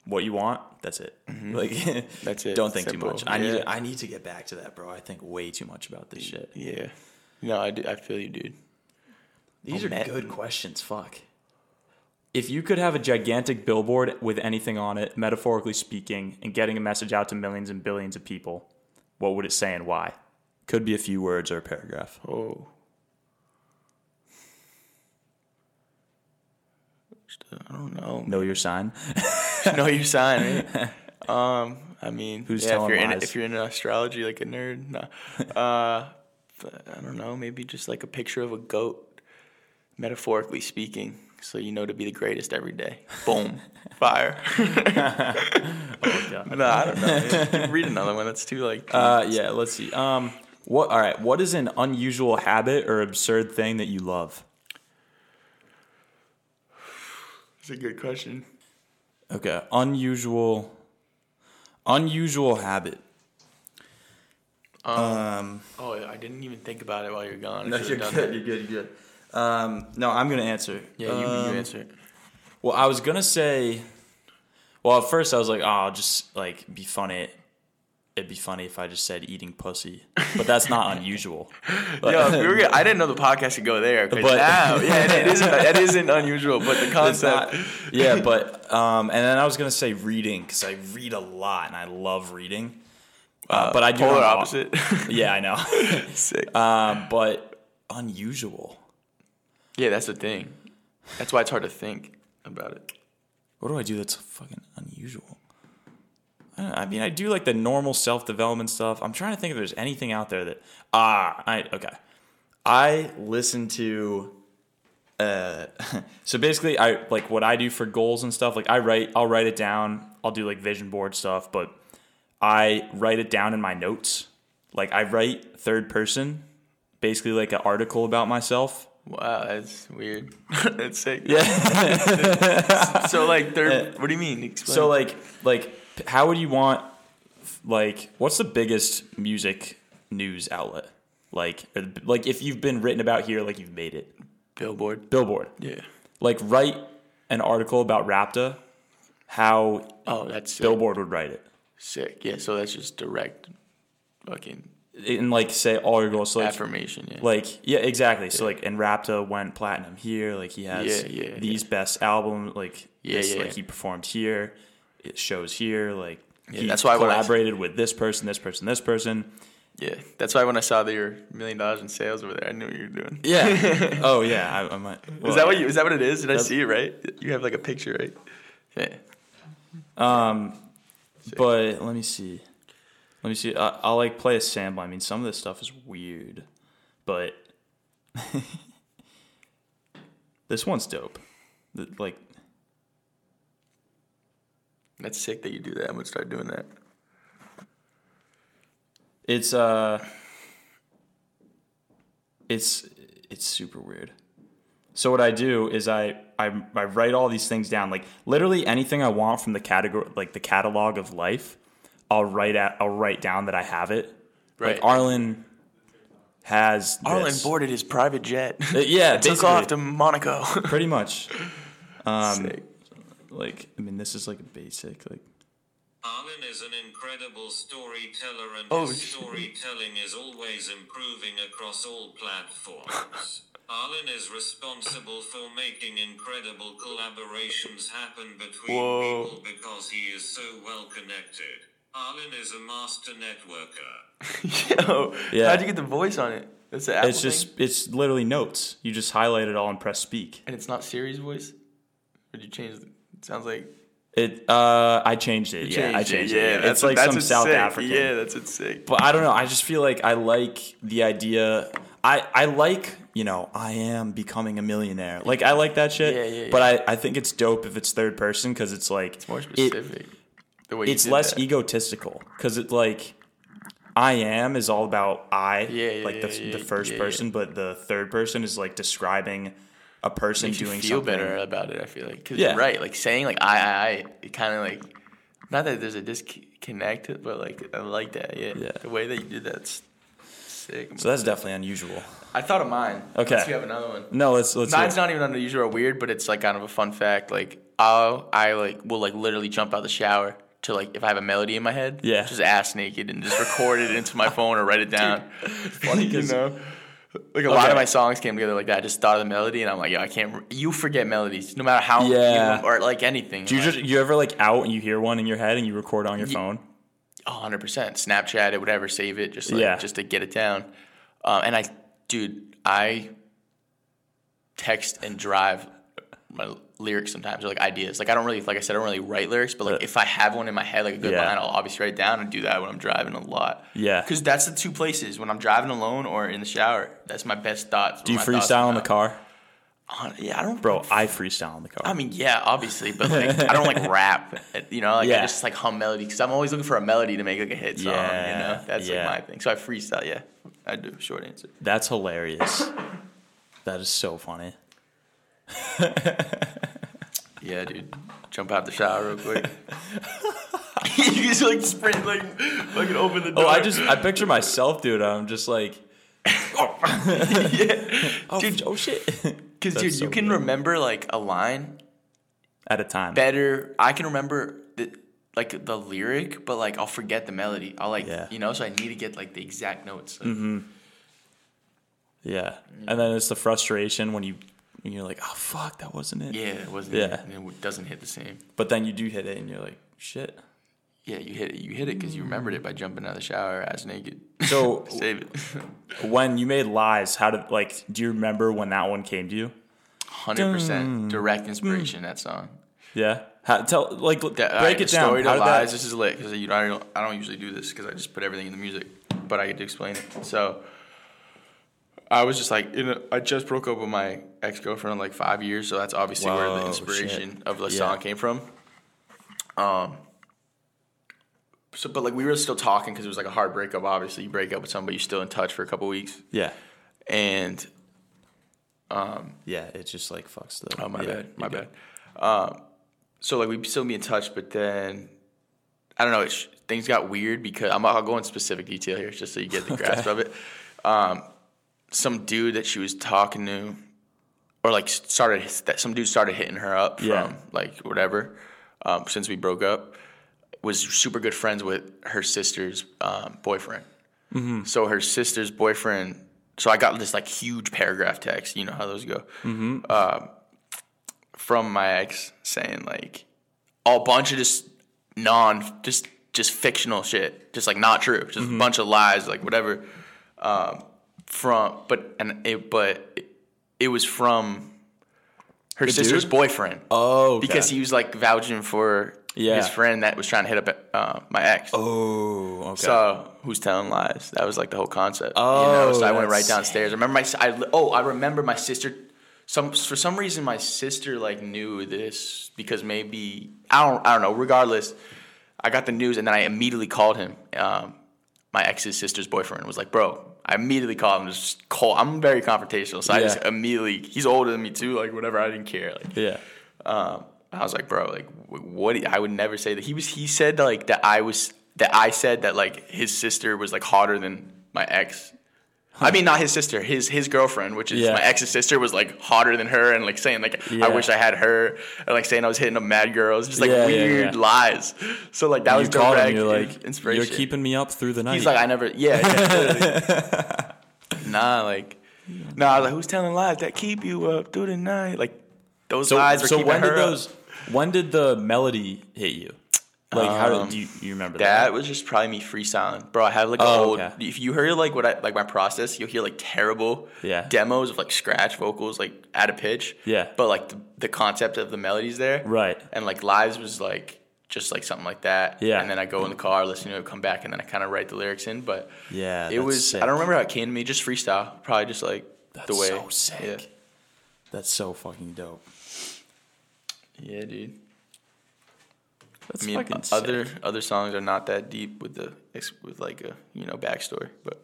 S2: What you want, that's it. Like
S1: Mm-hmm. That's it.
S2: Don't think
S1: Simple.
S2: too much. I need
S1: Yeah. Mm.
S2: to, I need to get back to that, bro. I think way too much about this shit.
S1: yeah. No, I, do, I feel you, dude.
S2: These
S1: Oh,
S2: are
S1: man.
S2: good questions. Fuck. If you could have a gigantic billboard with anything on it, metaphorically speaking, and getting a message out to millions and billions of people, what would it say and why? Could be a few words or a paragraph.
S1: Oh. Just, uh, I don't know.
S2: Know your sign.
S1: know your sign, right? Um, I mean,
S2: Who's
S1: yeah, if
S2: telling
S1: you're in
S2: lies?
S1: if you're into astrology like a nerd, no. Uh, but I don't know, maybe just like a picture of a goat, metaphorically speaking, so you know to be the greatest every day. Boom, fire.
S2: Oh, God.
S1: no, I don't know. Read another one. That's too like.
S2: Uh, yeah, let's see. Um, what? All right. What is an unusual habit or absurd thing that you love?
S1: that's a good question.
S2: Okay, unusual, unusual habit.
S1: Oh, I didn't even think about it while you're gone. I should've done that.
S2: You're good. You're good. Um, no, I'm gonna answer.
S1: Yeah, you,
S2: Um,
S1: you answer. it.
S2: Well, I was gonna say. Well, at first I was like, "Oh, I'll just like be funny." It'd be funny if I just said eating pussy, but that's not unusual.
S1: Yo, if we were gonna, I didn't know the podcast could go there. But
S2: But-
S1: now, yeah, it isn't. That isn't unusual, but the
S2: It's
S1: concept.
S2: not- yeah, but um, and then I was gonna say reading because I read a lot and I love reading. Uh, but I do
S1: polar
S2: wanna-
S1: opposite.
S2: Yeah, I know.
S1: Sick.
S2: um, but unusual.
S1: yeah, that's the thing. That's why it's hard to think about it.
S2: What do I do that's fucking unusual? I, don't know. I mean, I do like the normal self development stuff. I'm trying to think if there's anything out there that ah, I okay. I listen to. Uh, so basically, I like what I do for goals and stuff. Like I write, I'll write it down. I'll do like vision board stuff, but I write it down in my notes. Like I write third person, basically like an article about myself.
S1: Wow, that's weird. that's sick.
S2: Yeah.
S1: So like, third. What do you mean? Explain.
S2: So like like p- how would you want like what's the biggest music news outlet? Like or the, like if you've been written about here like you've made it.
S1: Billboard.
S2: Billboard.
S1: Yeah.
S2: Like write an article about Rapta how
S1: Oh, that's sick.
S2: Billboard would write it.
S1: sick. Yeah. So that's just direct, fucking
S2: And like say all your goals so like
S1: affirmation. Yeah.
S2: like yeah exactly so like and Rapta went platinum here like he has
S1: Yeah, yeah,
S2: these best albums like
S1: Yeah,
S2: this,
S1: yeah,
S2: like
S1: yeah.
S2: he performed here it shows here like he
S1: that's why when I-
S2: collaborated with this person this person this person
S1: yeah. That's why when I saw that you're million dollars in sales over there, I knew what you were doing.
S2: Yeah. oh yeah. I, I might.
S1: Is that what you? Is that what it is? Did I see it right? You have like a picture, right? Yeah.
S2: But let me see. Let me see. I, I'll like play a sample. I mean, some of this stuff is weird, but this one's dope. The- Like,
S1: That's sick that you do that. I'm gonna start doing that.
S2: it's uh, it's it's super weird. So what I do is I, I I write all these things down. Like literally anything I want from the category, like the catalog of life, I'll write at I'll write down that I have it.
S1: Right.
S2: Like Arlen has
S1: Arlen
S2: this.
S1: boarded his private jet.
S2: Uh, yeah,
S1: Took
S2: basically, Um,
S1: off to Monaco.
S2: pretty much.
S1: Sick.
S2: Like I mean, this is like a basic like.
S3: Arlen is an incredible storyteller, and
S1: Oh,
S3: his
S1: shit.
S3: storytelling is always improving across all platforms. Arlen is responsible for making incredible collaborations happen between
S1: Whoa.
S3: people because he is so well connected. Arlen is a master networker.
S1: Yo,
S2: Yeah.
S1: how'd you get the voice on it? That's an Apple
S2: It's just
S1: thing?
S2: it's literally notes. You just highlight it all and press speak.
S1: and it's not Siri's voice. Or did you change? The, it sounds like
S2: It uh I changed it. yeah, I
S1: Changed it.
S2: changed it.
S1: Yeah, that's
S2: it's
S1: a-
S2: like
S1: that's
S2: some
S1: a
S2: South
S1: sick.
S2: African.
S1: Yeah, that's it. Sick.
S2: But I don't know. I just feel like I like the idea. I I like you know I am becoming a millionaire. Like I like that shit.
S1: Yeah, yeah,
S2: But I I think it's dope if it's third person because it's like
S1: More
S2: it-
S1: specific. the way you
S2: it's
S1: did
S2: less
S1: that.
S2: egotistical because it like I am is all about I,
S1: Yeah, yeah,
S2: like the,
S1: yeah, yeah,
S2: the first
S1: yeah, yeah.
S2: person, but the third person is like describing a person
S1: Makes you
S2: doing
S1: feel
S2: something.
S1: better about it. I feel like because
S2: Yeah.
S1: you're right. Like saying like I I I, it kind of like not that there's a disconnect, but like I like that. Yeah,
S2: Yeah.
S1: the way that you did that's sick.
S2: So that's definitely unusual.
S1: I thought of mine.
S2: Okay.
S1: Let's see if you have another one.
S2: No, let's let's.
S1: Mine's
S2: hear-
S1: not even unusual or weird, but it's like kind of a fun fact. Like I'll I like will like literally jump out the shower to like if I have a melody in my head,
S2: Yeah.
S1: just ass naked and just record it into my phone or write it down.
S2: funny 'cause-
S1: know. Like a lot
S2: Okay.
S1: of my songs came together like that. I just thought of the melody, and I'm like, yo, I can't. Re- you forget melodies, no matter how,
S2: Yeah.
S1: you, or like anything.
S2: do you just you ever like out and you hear one in your head and you record on your phone?
S1: hundred percent. Snapchat it, whatever. Save it, just like,
S2: Yeah.
S1: just to get it down. Um, and I, dude, I text and drive my lyrics sometimes or like ideas. Like I don't really, like I said, I don't really write lyrics, but like if I have one in my head, like a good
S2: Uh. Yeah.
S1: line, I'll obviously write it down and do that when I'm driving a lot.
S2: Yeah.
S1: because that's the two places when I'm driving alone or in the shower. That's my best thoughts.
S2: Do you freestyle in the car,
S1: car? Yeah, I don't,
S2: bro? I freestyle in the car.
S1: I mean, yeah, obviously, but like I don't like rap. You know, like
S2: Yeah.
S1: I just like hum melody because I'm always looking for a melody to make like a hit song.
S2: Yeah,
S1: You know, that's
S2: yeah.
S1: like my thing. So I freestyle. Yeah, I do. Short answer.
S2: That's hilarious. That is so funny.
S1: Yeah, dude. Jump out the shower real quick. you just like sprint, like fucking open the door.
S2: Oh, I just I picture myself, dude. I'm just like, oh,
S1: Dude.
S2: oh shit.
S1: because
S2: That's
S1: dude,
S2: so
S1: you can
S2: weird.
S1: remember like a line
S2: At a time.
S1: better. I can remember the, like the lyric, but like I'll forget the melody. I'll like
S2: Yeah. Mm-hmm.
S1: you know, so I need to get like the exact notes. Like,
S2: Yeah.
S1: Mm-hmm.
S2: And then it's the frustration when you when you're like, oh fuck, that wasn't it.
S1: Yeah, it wasn't.
S2: Yeah.
S1: and it doesn't hit the same.
S2: But then you do hit it and you're like, shit.
S1: Yeah, you hit it. You hit it because you remembered it by jumping out of the shower ass naked.
S2: Mm. So
S1: Save it.
S2: when you made lies, how did like do you remember when that one came to you?
S1: Hundred percent direct inspiration. That song.
S2: Yeah. How, tell like l-
S1: That- alright,
S2: break it
S1: the
S2: down.
S1: Story
S2: How
S1: to
S2: did
S1: lies.
S2: that?
S1: This is lit because you know, I don't. I don't usually do this because I just put everything in the music, but I get to explain it. So I was just like, you know, I just broke up with my ex girlfriend like five years, so that's obviously where
S2: Whoa,
S1: the inspiration
S2: shit.
S1: of the
S2: Yeah.
S1: song came from. Um. So, but like we were still talking because it was like a hard breakup. Obviously, you break up with somebody, you're still in touch for a couple weeks,
S2: Yeah.
S1: and
S2: Yeah. It just like fucks the.
S1: Oh my
S2: yeah,
S1: bad,
S2: you're
S1: my
S2: good.
S1: bad. Um, so like we still be in touch, but then I don't know. It's, things got weird because I'm, I'll go in specific detail here just so you get the grasp of it. Um, some dude that she was talking to, or like started that some dude started hitting her up from
S2: Yeah.
S1: like whatever. Um, since we broke up, was super good friends with her sister's um, boyfriend. So her sister's boyfriend. So I got this like huge paragraph text. You know how those go. Mm-hmm. from my ex saying like a bunch of just non just just fictional shit, just like not true, just
S2: Mm-hmm.
S1: a bunch of lies, like whatever. Um, from but and it but it, it was from her sister's
S2: dude?
S1: boyfriend.
S2: Oh. okay.
S1: because he was like vouching for
S2: Yeah.
S1: his friend that was trying to hit up uh, my ex.
S2: Oh. Okay.
S1: So who's telling lies? That was like the whole concept.
S2: Oh,
S1: so I went right
S2: that's
S1: downstairs. I remember my si- I, oh I remember my sister. Some for some reason my sister like knew this because maybe I don't I don't know. Regardless, I got the news and then I immediately called him. Um, my ex's sister's boyfriend was like, bro. I immediately called him. Just call. I'm very confrontational, so I
S2: Yeah.
S1: just immediately. He's older than me too. Like whatever. I didn't care. Like
S2: yeah.
S1: um, I was like, bro, like, wh- what? I would never say that. He was. He said like that. I was that. I said that like his sister was like hotter than my ex. I mean, not his sister, his his girlfriend, which is
S2: Yeah.
S1: my ex's sister, was like hotter than her, and like saying like
S2: Yeah.
S1: I wish I had her, and like saying I was hitting up mad girls, just like
S2: Yeah, yeah,
S1: weird
S2: yeah.
S1: lies. So like that
S2: You
S1: was
S2: called
S1: direct
S2: him. You're
S1: in-
S2: like,
S1: inspiration.
S2: you're keeping me up through the night.
S1: He's like, I never, yeah, yeah literally. nah, like, nah, like who's telling lies that keep you up through the night? Like those
S2: so,
S1: lies were
S2: so
S1: keeping
S2: when
S1: her
S2: did
S1: up.
S2: those? When did the melody hit you? Like, how did do you, you remember that?
S1: Um, That was just probably me freestyling, bro. I have like an
S2: Oh,
S1: old.
S2: okay.
S1: If you hear like what I like my process, you'll hear like terrible
S2: Yeah.
S1: demos of like scratch vocals, like at a pitch.
S2: Yeah.
S1: but like the, the concept of the melodies there,
S2: Right.
S1: And like lives was like just like something like that.
S2: Yeah.
S1: and then I go in the car, listen to it, come back, and then I kind of write the lyrics in. But
S2: Yeah,
S1: it
S2: that's
S1: was.
S2: sick.
S1: I don't remember how it came to me. Just freestyle, probably just like the
S2: That's
S1: way.
S2: so sick. That's so fucking dope.
S1: Yeah, yeah, dude.
S2: That's
S1: I mean,
S2: fucking
S1: other
S2: sick.
S1: other songs are not that deep with the ex- with like a you know backstory, but.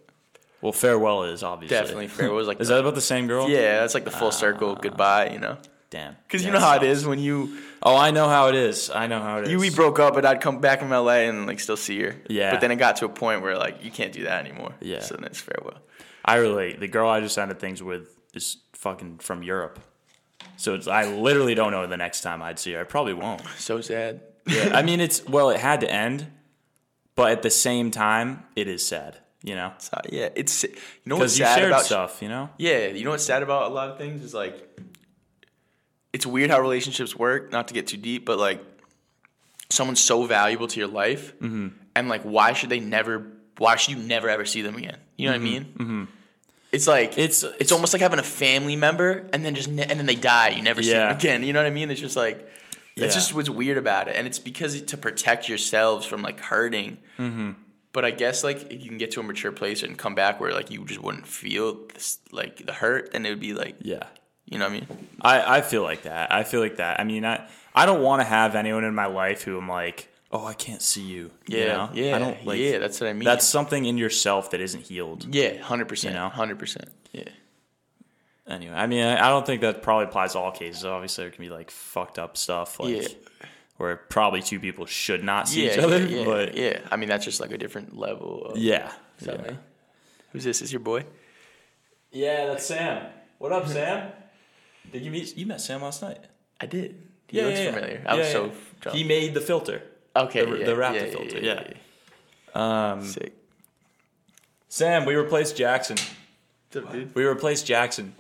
S2: Well, farewell is obviously
S1: Definitely fair. It was like
S2: Is
S1: the-
S2: that about the same girl?
S1: Yeah, that's like the full circle goodbye, you know.
S2: Damn.
S1: Because
S2: Ah. Yeah,
S1: you know how it
S2: sucks.
S1: is when you
S2: Oh, I know how it is. I know how it is.
S1: you we broke up, but I'd come back from LA and like still see her.
S2: Yeah.
S1: But then it got to a point where like you can't do that anymore.
S2: Yeah.
S1: So then it's farewell.
S2: I relate. The girl I just ended things with is fucking from Europe. So it's, I literally don't know the next time I'd see her. I probably won't.
S1: So sad.
S2: Yeah, I mean, it's well, it had to end, but at the same time, it is sad, you know,
S1: It's not- yeah. It's si- you know what's
S2: because you
S1: sad
S2: shared
S1: about
S2: stuff, you know.
S1: yeah. You know what's sad about a lot of things is like it's weird how relationships work. Not to get too deep, but like someone's so valuable to your life,
S2: Mm-hmm.
S1: and like why should they never? Why should you never ever see them again? You know what I mean? Mm-hmm. It's like
S2: It's
S1: it's almost like having a family member and then just ne- and then they die you never see
S2: Yeah.
S1: them again you know what i mean it's just like
S2: Yeah.
S1: it's just what's weird about it and it's because it- to protect yourselves from like hurting mm-hmm. but i guess like if you can get to a mature place and come back where like you just wouldn't feel this like the hurt then it would be like
S2: yeah.
S1: you know what i mean
S2: I I feel like that. I feel like that. I mean, I I don't want to have anyone in my life who I'm like, oh, I can't see you. you
S1: yeah
S2: know?
S1: yeah
S2: I don't like.
S1: yeah that's what i mean
S2: That's something in yourself that isn't healed.
S1: yeah 100%
S2: you know?
S1: 100% yeah
S2: Anyway, I mean, I I don't think that probably applies to all cases. Obviously, there can be like fucked up stuff, like
S1: Yeah.
S2: where probably two people should not see
S1: yeah,
S2: each other.
S1: yeah, yeah,
S2: but yeah,
S1: yeah. I mean, that's just like a different level. Of
S2: yeah.
S1: something. Who's this? Is your boy?
S2: Yeah, that's Sam. What up, Sam? Did you meet you met Sam last night?
S1: I did. He looks familiar. I was
S2: Yeah,
S1: so
S2: yeah.
S1: drunk.
S2: He made the filter.
S1: Okay,
S2: The-
S1: yeah,
S2: the Raptor
S1: yeah,
S2: filter, yeah.
S1: Um, Sick.
S2: Sam, we replaced Jackson.
S1: What's up, dude?
S2: We replaced Jackson.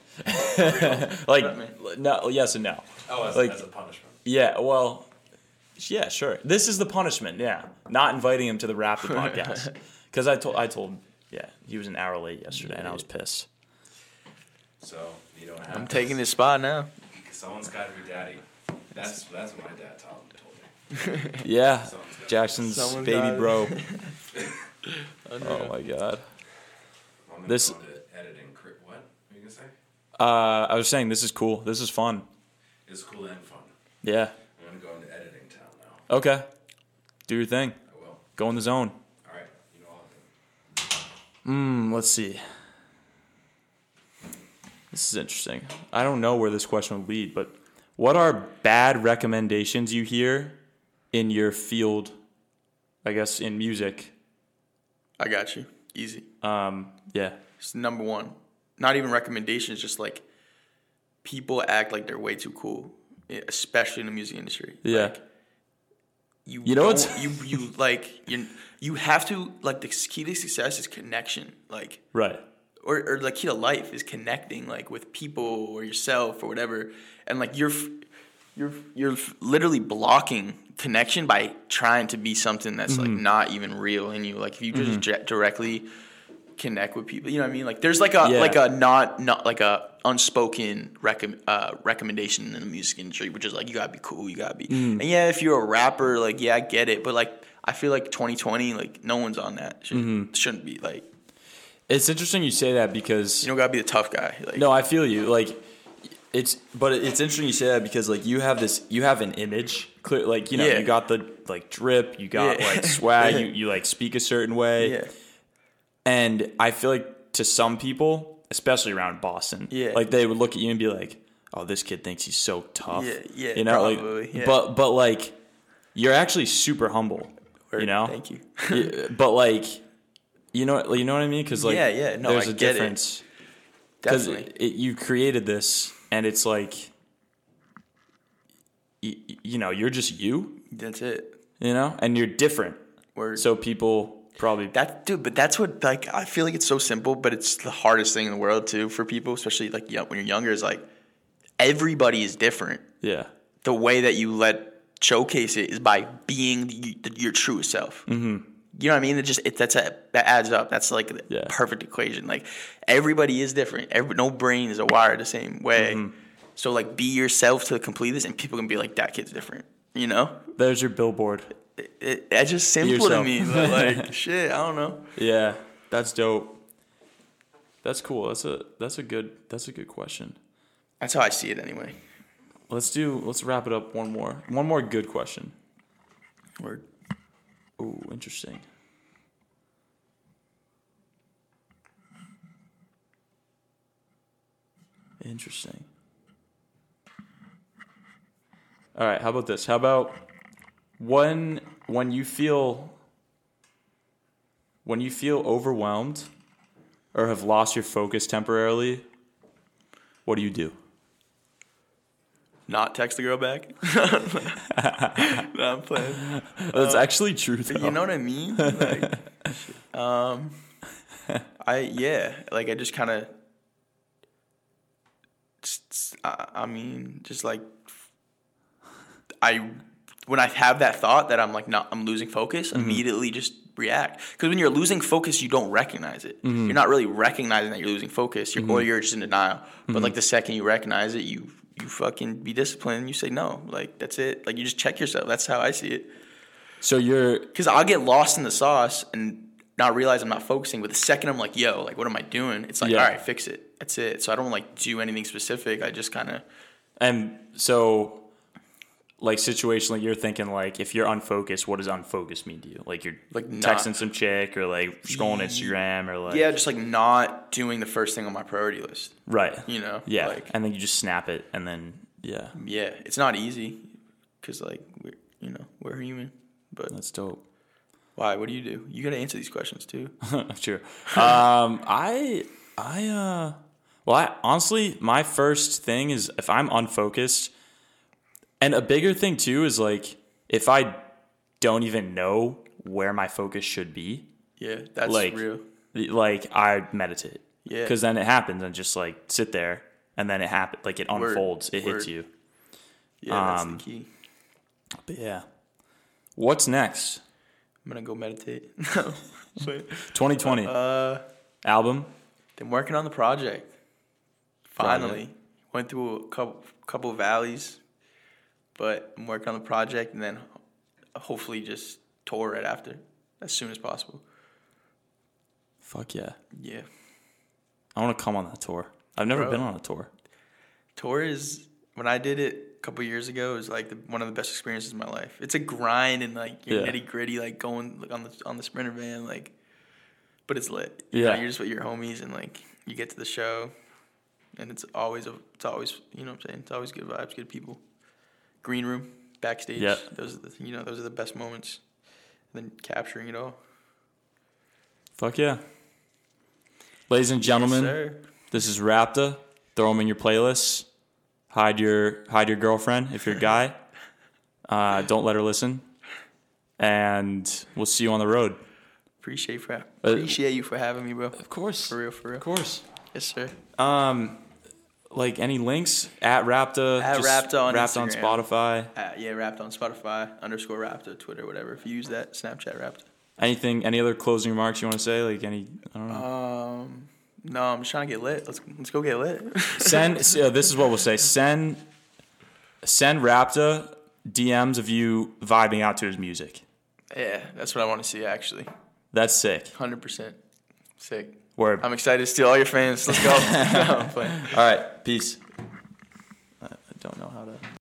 S2: like
S1: What
S2: no, yes and no.
S4: Oh, as,
S2: Like-
S4: as a punishment.
S2: Yeah, well, yeah, sure. This is the punishment. Yeah, not inviting him to the Raptor podcast because I told I told yeah he was an hour late yesterday and I was pissed.
S4: So you don't have.
S1: I'm
S4: to-
S1: taking this spot now.
S4: Someone's got to be daddy. That's that's what my dad told told me.
S2: Yeah,
S4: Someone's got-
S2: Jackson's
S1: Someone got
S2: baby
S1: it.
S2: bro. oh my god.
S4: I'm gonna
S2: This-
S4: go into editing. cri- What were you gonna say?
S2: Uh, I was saying this is cool. This is fun.
S4: It's cool and fun.
S2: Yeah.
S4: I'm gonna go into editing town now.
S2: Okay. Do your thing.
S4: I will.
S2: Go in the zone.
S4: All right. You know all of them.
S2: Hmm, let's see. This is interesting. I don't know where this question would lead, but what are bad recommendations you hear in your field? I guess in music.
S1: I got you. Easy.
S2: Um, yeah.
S1: It's number one. Not even recommendations, just like people act like they're way too cool, eh, especially in the music industry.
S2: Yeah.
S1: Like, you,
S2: You know
S1: don't-
S2: what's-
S1: you you like you you have to like the key to success is connection. Like
S2: right.
S1: or, or like key to life is connecting like with people or yourself or whatever and like you're f- you're you're f- literally blocking connection by trying to be something that's like not even real in you like if you just dre- directly connect with people you know what i mean like there's like a
S2: Yeah.
S1: like a not not like a unspoken recom- uh, recommendation in the music industry which is like you gotta be cool you gotta be and yeah if you're a rapper like yeah i get it but like i feel like 2020 like no one's on that Should, shouldn't be like
S2: It's interesting you say that because
S1: you don't gotta be the tough guy like
S2: No, I feel you. Like it's, but it's interesting you say that because like you have this, you have an image, clear. Like you know,
S1: Yeah.
S2: you got the like drip, you got
S1: Yeah.
S2: like swag,
S1: Yeah.
S2: you you like speak a certain way,
S1: Yeah.
S2: and I feel like to some people, especially around Boston,
S1: Yeah.
S2: like they would look at you and be like, "Oh, this kid thinks he's so tough."
S1: Yeah, yeah,
S2: you know,
S1: probably,
S2: like,
S1: yeah.
S2: but but like you're actually super humble. You know,
S1: Thank you.
S2: Yeah, but like You know, you know what I mean? Because like,
S1: Yeah, yeah, no,
S2: there's
S1: I
S2: a
S1: get it.
S2: difference because
S1: Definitely.
S2: you created this, and it's like, y- y- you know, you're just you,
S1: That's it.
S2: you know, and you're different.
S1: Word.
S2: So people probably
S1: That dude, but that's what like I feel like it's so simple, but it's the hardest thing in the world too for people, especially like young, when you're younger. Is like everybody is different.
S2: yeah,
S1: The way that you let showcase it is by being the, your true self. Mm-hmm. You know what I mean? It just it, that's a, that adds up. That's like the
S2: Yeah.
S1: perfect equation. Like everybody is different. Every, no brain is wired the same way.
S2: Mm-hmm.
S1: So like be yourself to the completest, and people can be like that kid's different. You know,
S2: there's your billboard.
S1: it, it, that's just simple to
S2: yourself.
S1: me. but, like shit, I don't know.
S2: Yeah, that's dope. That's cool. That's a that's a good that's a good question.
S1: That's how I see it anyway.
S2: Let's do let's wrap it up one more one more good question.
S1: Word.
S2: Ooh, interesting. Interesting. All right, how about this? How about when when you feel when you feel overwhelmed or have lost your focus temporarily, what do you do?
S1: Not text the girl back. no, I'm playing.
S2: That's actually true. Though.
S1: Uh, You know what I mean? Like, shit. um, I yeah, like I just kind of, I, I mean, just like, I when I have that thought that I'm like, not, I'm losing focus, immediately just react because when you're losing focus, you don't recognize it. You're not really recognizing that you're losing focus, you're, or you're just in denial. But like the second you recognize it, you. You fucking be disciplined. You say no, like that's it. Like you just check yourself. That's how I see it.
S2: so you're
S1: Because I'll get lost in the sauce and not realize I'm not focusing. But the second I'm like, yo, like, what am I doing? It's like,
S2: Yeah.
S1: all right, fix it. That's it. So I don't like do anything specific. I just kind of,
S2: And so, like situationally, you're thinking like, if you're unfocused, what does unfocused mean to you? Like you're
S1: Like,
S2: texting
S1: not-
S2: some chick or like scrolling Instagram or like
S1: yeah, just like not doing the first thing on my priority list.
S2: right
S1: You know?
S2: yeah,
S1: Like,
S2: and then you just snap it and then yeah,
S1: yeah, it's not easy because, like, we're, you know, we're human. But
S2: that's dope.
S1: why? What do you do? You got to answer these questions too.
S2: sure. Um, I I uh, well, I honestly, my first thing is if I'm unfocused, and a bigger thing too is like if I don't even know where my focus should be.
S1: Yeah, that's
S2: like
S1: real.
S2: like I meditate.
S1: Yeah.
S2: Because then it happens and just like sit there and then it happens like it unfolds. It
S1: Word.
S2: hits you.
S1: Yeah,
S2: um,
S1: that's the key.
S2: But yeah. What's next?
S1: I'm going to go meditate. But
S2: 2020
S1: Uh,
S2: album.
S1: been working on the project.
S2: Project.
S1: Finally, went through a couple couple valleys, but I'm working on the project and then hopefully just tour right after, as soon as possible.
S2: Fuck yeah.
S1: Yeah,
S2: I want to come on that tour. I've never
S1: Bro.
S2: been on a tour.
S1: tour is when I did it a couple years ago. It was like the, one of the best experiences of my life. It's a grind and like you're
S2: Yeah.
S1: nitty gritty, like going like, on the on the sprinter van, like. But it's lit.
S2: Yeah.
S1: you're just with your homies and like you get to the show, and it's always a, it's always you know what I'm saying it's always good vibes, good people. Green room, backstage.
S2: Yeah.
S1: Those are the you know those are the best moments. And then capturing it all.
S2: Fuck yeah. Ladies and gentlemen,
S1: Sir.
S2: this is Rapta. Throw them in your playlists. Hide your hide your girlfriend if you're a guy. uh, don't let her listen. And we'll see you on the road.
S1: Appreciate for appreciate you for having me, bro.
S2: Uh, Of course.
S1: For real, for real.
S2: Of course.
S1: Yes, sir.
S2: like any links at Rapta,
S1: At
S2: just
S1: Rapta on
S2: Rapta
S1: Instagram.
S2: Spotify,
S1: Uh, yeah, Wrapped on Spotify, underscore Raptor, Twitter, whatever. If you use that, Snapchat Wrapped.
S2: anything, any other closing remarks you want to say? Like any, I don't know.
S1: Um, no, I'm just trying to get lit. Let's let's go get lit.
S2: send. so this is what we'll say. Send, send Rapta DMs of you vibing out to his music.
S1: yeah, that's what I want to see. Actually,
S2: That's sick.
S1: hundred percent, sick.
S2: Word.
S1: I'm excited to steal all your fans. Let's go. No, I'm playing.
S2: All right. Peace. I I don't know how to.